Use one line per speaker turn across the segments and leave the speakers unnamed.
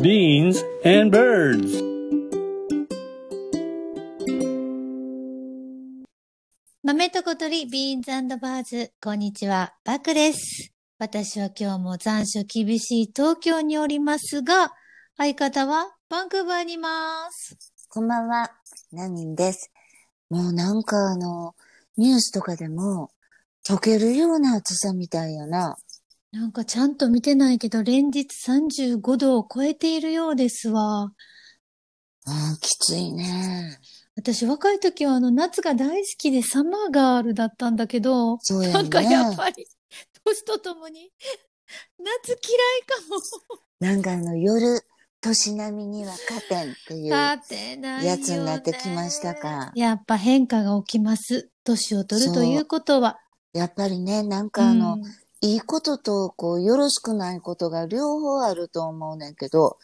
beans and birds.
豆と小鳥、ビーンズバーズ、こんにちは、バクです。私は今日も残暑厳しい東京におりますが、相方はバンクーバーにいます。
こんばんは、ナミンです。もうなんかあの、ニュースとかでも、溶けるような暑さみたいやな。
なんかちゃんと見てないけど、連日35度を超えているようですわ。
うん、きついね。
私若い時はあの夏が大好きでサマーガールだったんだけど、
そうや
なんかやっ
ね。
ぱり、年とともに、夏嫌いかも。
なんかあの、夜、年並みにはカーテンっていうや
立てないよ、ね。
つになってきましたか。
やっぱ変化が起きます。年を取るということは。
やっぱりね、なんかあの、
うん
いいことと、こう、よろしくないことが両方あると思うねんけど、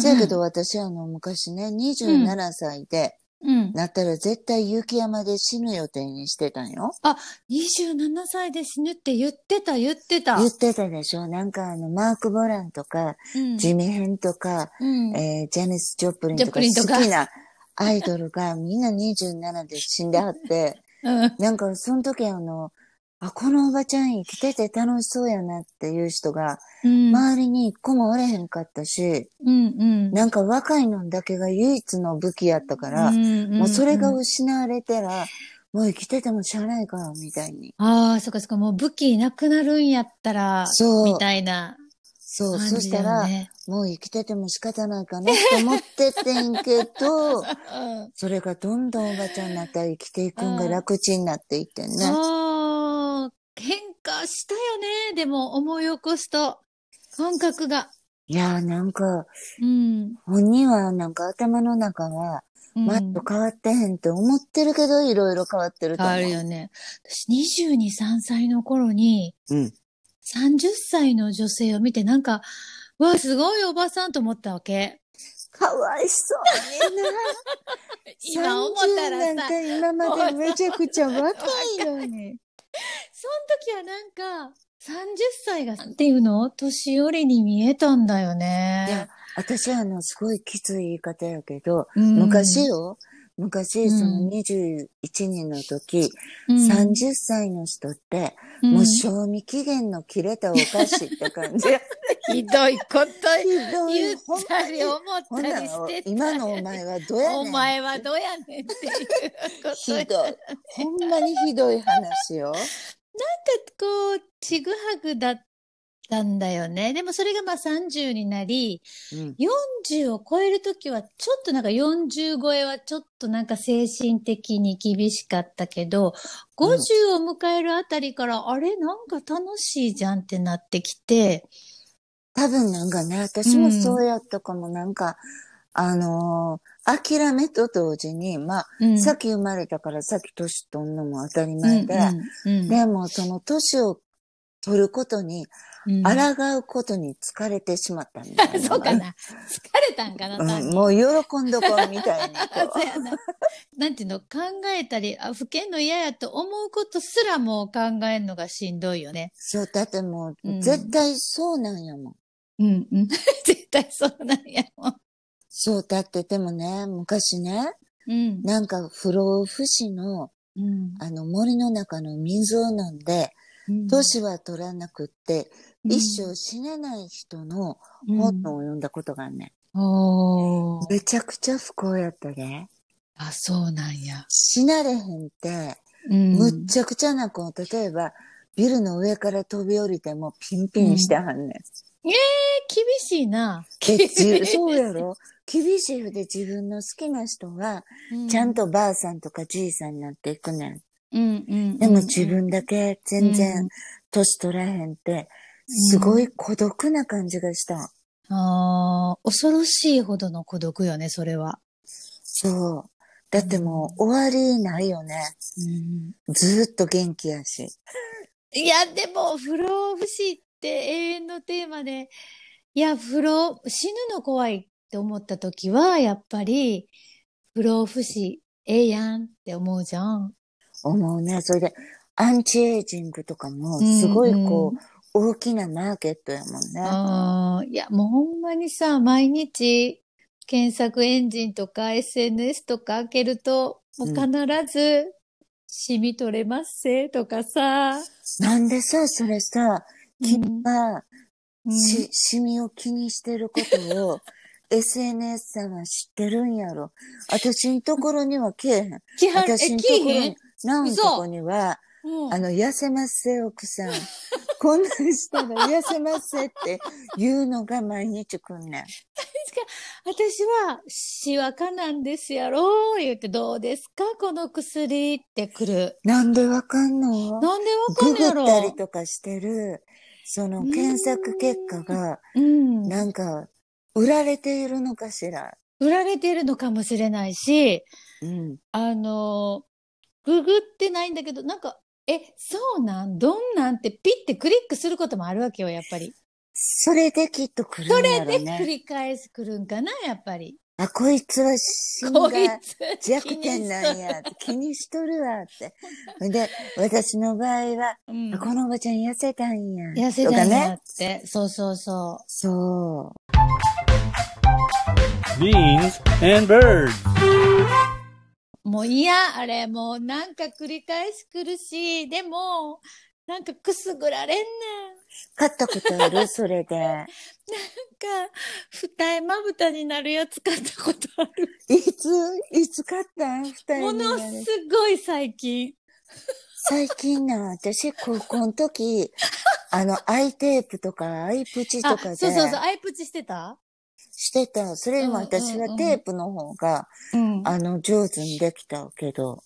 せやけど、私あの、昔ね、27歳で、
うんうん、
なったら絶対雪山で死ぬ予定にしてたんよ。
27歳で死ぬって言ってた、言ってた。
言ってたでしょなんかあの、マーク・ボランとか、
うん
ジミヘンとか、
うん
えージャニス・ジョプリンとか、
ジョプリンとか
好きなアイドルが みんな27で死んではって、
うん
なんかその時あの、あ、このおばちゃん生きてて楽しそうやなっていう人が、
うん
周りに一個もおれへんかったし、
うん
なんか若いのだけが唯一の武器やったから、
うん
もうそれが失われたら、もう生きててもしゃあないから、みたいに。
ああ、そっかそっか、もう武器なくなるんやったら、
そう
みたいな
そう、
感じよ、ね。
そしたら、もう生きてても仕方ないかなって思ってってんけど、
うん
それがどんどんおばちゃんになったら生きていくんが楽ちんになっていってんね。
そう、変化したよね。でも、思い起こすと、感覚が。
いやーなんか、
うん。
本人はなんか頭の中は、
うん
前と変わってへんって思ってるけど、いろいろ変わってると
変
思う。
わるよね。私、22、3歳の頃に、
うん。
30歳の女性を見て、なんか、うわ、すごいおばさんと思ったわけ。
かわいそうにな。
今思ったら
30
さ
なん、て今までめちゃくちゃ若いの
その
に。
時はなんか、30歳が、っていうの年寄りに見えたんだよ
いや
ね。
私あの、すごいきつい言い方やけど、
うん
昔、よ、昔、その
うん
21人の時、
うん
30歳の人って、もう賞味期限の切れたお菓子って 感じ。
うんひどいこと
ひどい
言っ
ほんま
た
に
り思
ほ
った
んな
り
ら
してた。
今のお前はどうやねん。
お前はどうやねんっていうこと。
ひどい。ほんまにひどい話よ。
こう、ちぐはぐだったんだよね。でもそれがまあ30になり、
うん
40を超えるときは、ちょっとなんか40超えはちょっとなんか精神的に厳しかったけど、
うん
50を迎えるあたりから、あれなんか楽しいじゃんってなってきて、
多分なんかね、私もそうやったかも、なんか、あのー諦めと同時に、まあ、
うん
さっき生まれたからさっき年取んのも当たり前で、
うんうんうん
でもその年を取ることに、
うん
抗うことに疲れてしまったみたいな。
そうかな。疲れたんかな、単
うん、
に
もう喜んどこうみたいな。
あ そうやな。なんていうの、考えたり、あ、不健の嫌やと思うことすらもう考えるのがしんどいよね。
そう、だっても
う
う、
ん
絶対そうなんやもん。
うんうん。 絶対そうなんやもん。
そう、だってでもね、昔ね、
うん。
なんか不老不死の、
うん
あの森の中の水を飲んで、
うん
年は取らなくって、
うん
一生死なない人の本を読んだことがあんね、
うんおー
ん。めちゃくちゃ不幸やったで。
あ、そうなんや。
死なれへんって、
うん
むっちゃくちゃな子、例えば、ビルの上から飛び降りてもピンピンしてはんねん。
厳しいな。
でじ そうやろ厳しいで自分の好きな人は、ちゃん
と。
とばあさんとかじいさんになっていくねん。
うんうん。
でも自分だけ全
う
然
ん
年取らへんって、すごい孤独な感じがした。
ああ、恐ろしいほどの孤独よね、それは。
そう。だってもう終わりないよね。
うん
ずーっと元気やし。
いや、でも、不老不死って永遠のテーマで、いや、不老、死ぬの怖いって思った時は、やっぱり、不老不死、ええやんって思うじゃん。
思うね。それで、アンチエイジングとかも、すごいこう、大きなマーケットやもんね。
あーいや、もうほんまにさ、毎日検索エンジンとか SNS とか開けると、もう必ず、シミ取れますせとかさ、
なんでさ、それさ、
うん
ま
う
あ、
ん
し、シミを気にしてることを、SNS さんは知ってるんやろ。私んところにはけえへん。
きはるえ、
私んと
きい
ころ
へん
に、な
嘘
んとこには、
うん
あの、痩せますせ奥さん。こんなんしたら痩せますせって言うのが毎日来んねん。
私は、しわかなんですやろ言って、どうですかこの薬ってくる。
なんでわかんの
なんでわか
グ
ん
グ
や
ったり
ろ
とかしてる、その検索結果が、
うん。
なんか、売られているのかしら。
売られてるのかもしれないし、
うん。
あの、ググってないんだけど、なんか、え、そうなんどんなんってピッてクリックすることもあるわけよ、やっぱり。
それできっと来るんやろ
で、繰
ね。
り返すくるんかな、やっぱり。
あ、こいつは芯
こ
が
いつ。
弱点なんやって。気にしとるわって。で、私の場合は、
うん
あこのおばちゃん痩せたんや。
痩せ
と
た
か
んや
ね。
って。そうそうそう。
そう。
Beans and birds.
もう嫌、あれ、もうなんか繰り返し苦しい。でも、なんかくすぐられんねん。
買ったことあ るそれで。
なんか、二重まぶたになるやつ買ったことある。
いつ、いつ買ったん二
も
人にな
の
る
すごい最近。
最近な、私、高校 の時、あの、アイテープとか、アイプチ
あ、
と
そ
か
う
で、
そうそう、アイプチしてた
してた。それも私
うんうんう
は
ん
テープの方が、
うん。あ
あの、上手にできたけど、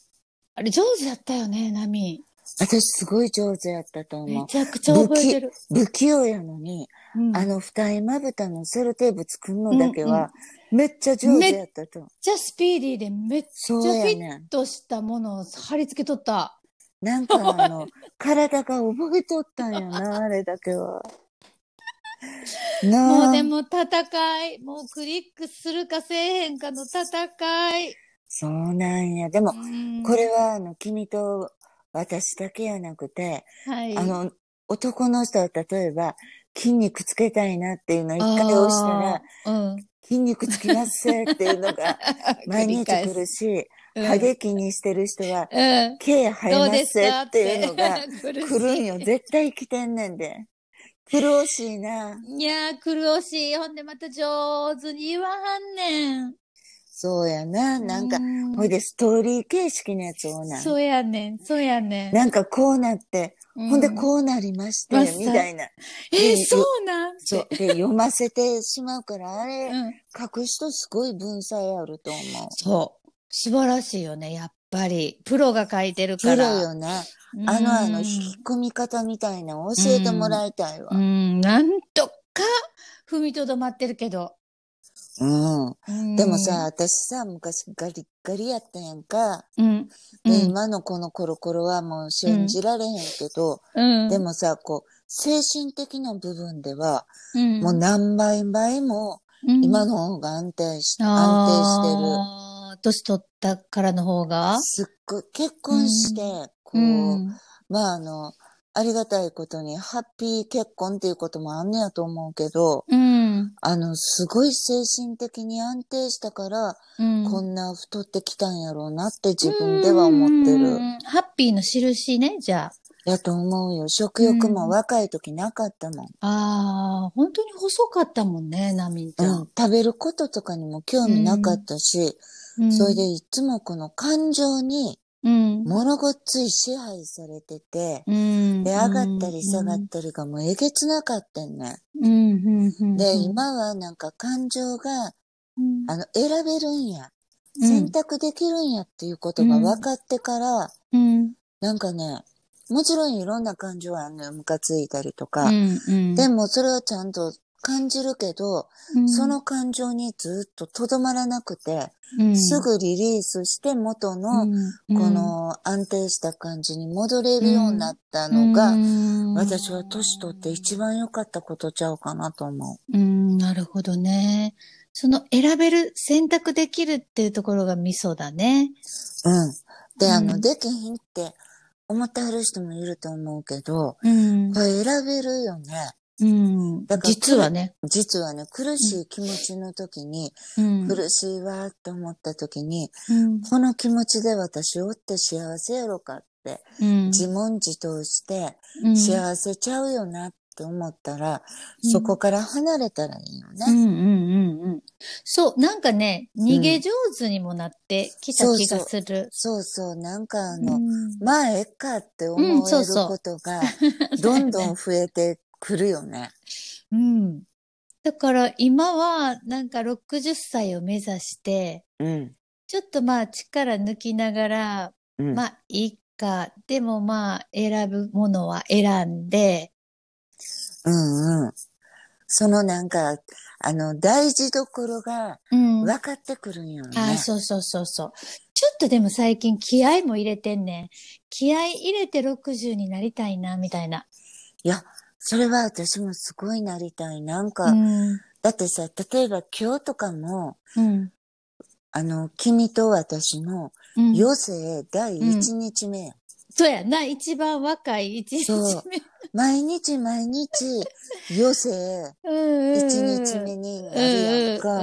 れ上手だったよね、ナミ。
私すごい上手やったと思
め
う。
ちゃくちゃ覚えてる。
不器用やのに、
うん
あの、二重まぶたのセロテープ作るのだけは、めっちゃ上手やったと思う。
じゃあスピーディーでめっち
そ
ゃ
う
フ
や
ィッ
ねん。
トしたものを貼り付けとった。
なんか あの、体が覚えとったんやな、あれだけは。なあ。
もうでも戦い。もうクリックするかせえへんかの戦い。
そうなんや。でも、
うん
これはあの、君と私だけやなくて、
はい。
あの、男の人は例えば、筋肉つけたいなっていうのを一回押したら、
あー、うん。
筋肉つきますせっていう のが毎日来
繰り
るし、ハ
返す
ゲ気にしてる人は、
うん。うん
毛生え
どう
ま
ですす
せ
か
っていうのが
来るし
来るんよ。絶対来てんねんで。苦労しいな。
いやー、苦しい。ほんでまた上手に言わはんねん。
そうやな。なんか
う、
ほいでストーリー形式のやつをな。
そうやねん、そうやねん。
なんかこうなって、
うん
ほんでこうなりまして、
まさ
みたいな。
え
で
そうなん
そ
っ
う。で、読ませてしまうから、あ
て
れ、
うん。
書く人すごい文才あると思う。
そう。素晴らしいよね、やっぱり。プロが書いてる
プ
か
ロ
ら。
よな。
うん
あの、あの、引き込み方みたいなの教えてもらいたいわ
う。ん、なんとか踏みとどまってるけど。
うん。
うん
でもさ、、私さ、昔ガリッガリやったやんか。
うん。う
で、
ん
今のこのコロコロはもう信じられへんけど、
うん。
でもさ、こう、精神的な部分では、
うん、
もう何倍倍も、
うん
今の方が安定し、安定してる。
あー年取ったからの方が
すっごい、結婚して、こう、
うん。
まああの、ありがたいことに、ハッピー結婚っていうこともあんねやと思うけど、
うん。
あの、すごい精神的に安定したから、
うん。
こんな太ってきたんやろうなって自分では思って
うん
る。。
ハッピーの印ね、じゃあ。
やと思うよ。食欲も若い時なかったもん。
ああ、本当に細かったもんね、ナミンち
う
ゃ
ん
ん。、
食べることとかにも興味なかったし、
うん
それで、いつもこの感情に
うん。
物ごっつい支配されてて、
うん。
で、上がったり下がったりがもうえげつなかったんね。
うん。うん。うん
で、、今はなんか感情が、
うん
あの、選べるんや。
うん
選択できるんやっていうことが分かってから、
うん。
なんかね、もちろんいろんな感情はあんのよ。ムカついたりと
う
か。
ん。うん
で、もそれはちゃんと感じるけど、
うん
そ、の感情にずっととどまらなくて、
うん
す、ぐリリースして元
う
の、
ん
こ、の安定した感じに戻れるようになったのが、
うん
私は年取って一番良かったことちゃうかなと思
うん、なるほどね。その選べる、選択できるっていうところがミソだね。
う。うん。で、あ
う
の、
ん
できひんって思ってはる人もいると思うけど、
うん
こ。れ選べるよね。
うん
だ。から
実はね。
実はね、苦しい気持ちの時に、
うん。
苦しいわーって思った時に、
うん
この気持ちで私おって幸せやろかって、
うん
自問自答して、
うん
幸せちゃうよなって思ったら、
うん
そこから離れたらいいよ
うん
ね。
うんうんうん。そう、なんかね、逃げ上手にもなってきた気がする。
そうそう、なんかあ
う
の、
ん
まあ、えっかって思
うんそ
え
う
る
そう
ことが、どんどん増えてくるよね。
うん。だから今は、なんか60歳を目指して、
うん。
ちょっとまあ力抜きながら、
うん
まあいいか、でもまあ選ぶものは選んで、
うんうん。そのなんか、あの、大事どころが
うん。
分かってくるんよね。
ああ、そうそうそうそう。ちょっとでも最近気合も入れてんねん。気合入れて60になりたいな、みたいな。
いや、それは私もすごいなりたい。なんか、
うん。
だってさ、例えば今日とかも、
うん。
あの、君と私の
うん
余生第1日目や、
そうやな、一番若い一日目。
毎日毎日余生
うん
1日目になるやんか。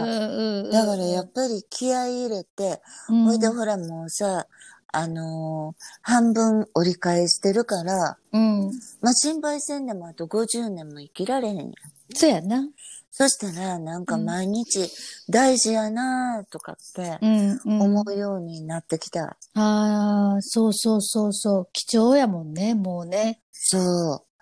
だからや
ぱ、
っぱり気合い入れて、
うん
ほいでほらもうさ、あのー半分折り返してるから、
うん。
まあ、心配せんでもあと50年も生きられへんやん。
そうやな。
そしたら、なんか毎日大事やなとかって
うん、うん。
思うようになってきた。
ああ、そうそうそうそう。貴重やもんね、もうね。
そ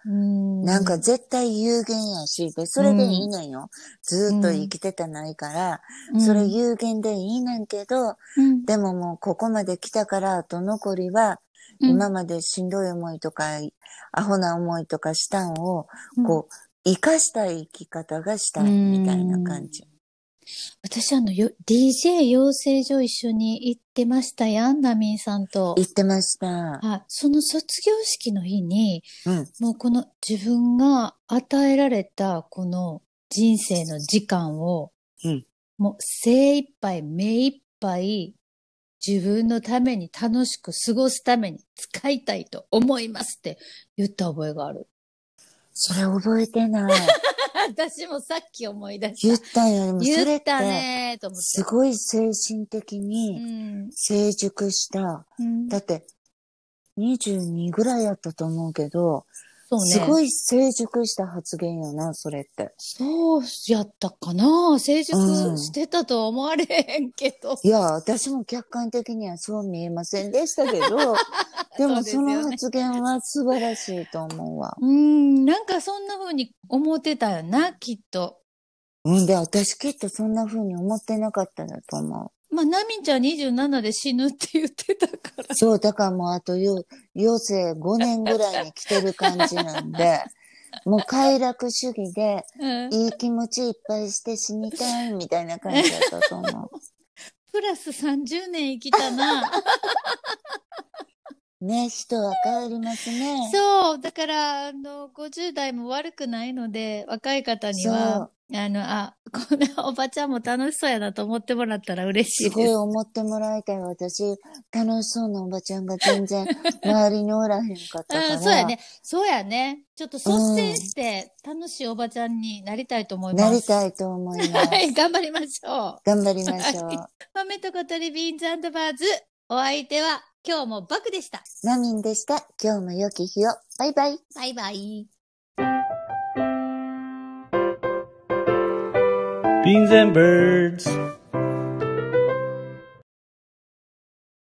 うう。
ん。
なんか、絶対有限やし、で、それでいいねんよ。ずーっと生きてたないから、それ有限でいいねんけど、
うん、
でももうここまで来たから、あと残りは、
うん
今までしんどい思いとか、アホな思いとかしたんを、こう、生かした生き方がしたいみたいな感じ。
私あの、よ DJ 養成所一緒に行ってましたやん、ナミンさんと。
言ってました。
はい。その卒業式の日に、
うん。
もうこの自分が与えられたこの人生の時間を、
うん
もう精一杯、目一杯、自分のために楽しく過ごすために使いたいと思いますって言った覚えが ある。
それ覚えてない。
私もさっき思い出
言
し。
ったたんよ。でもそれ
言
っ
った
て、
ねーと思って。
すごい精神的
う
に
ん。
成熟した。
うん
だって、22ぐらいやったと思うけど、
そうね。
すごい成熟した発言よな、それって。
そうやったかな成熟してたとは思われへんけど。
いや、私も客観的にはそう見えませんでしたけ ど、でもその
そうで
発言は素晴らしいと思うわ。
うーん、なんかそんな風に思ってたよな、きっと。
うんで、私きっとそんな風に思ってなかったんだと思
まあ、ナミンちゃん27で死ぬって言ってたから。
う。そう、だからもうあとよ、余生5年ぐらいに来てる感じなん で、もう快楽主義で、
うん。
いい気持ちいっぱいして死にたいみたいな感じだったと思
プラス30年生きた な。
う。ね、人は変わりますね。
そう。だから、あの、50代も悪くないので、若い方には、あの、あ、こんなおばちゃんも楽しそうやなと思ってもらったら嬉し
す
い
ご
で
い
す。
思ってもらいたい。私、楽しそうなおばちゃんが全然周りにおらへんかったから。
うん、そうやね。そうやね。ちょっと率先して、楽しいおばちゃんになりたいと思います。
なりたいと思います
は。い、頑張りましょう。
頑張りましょう。
豆と小鳥ビーンズバーズ。お相手は今日もバクでした。
ナミンでした。今日も良き日を。バイバイ。
バイバイ。
Beans and birds.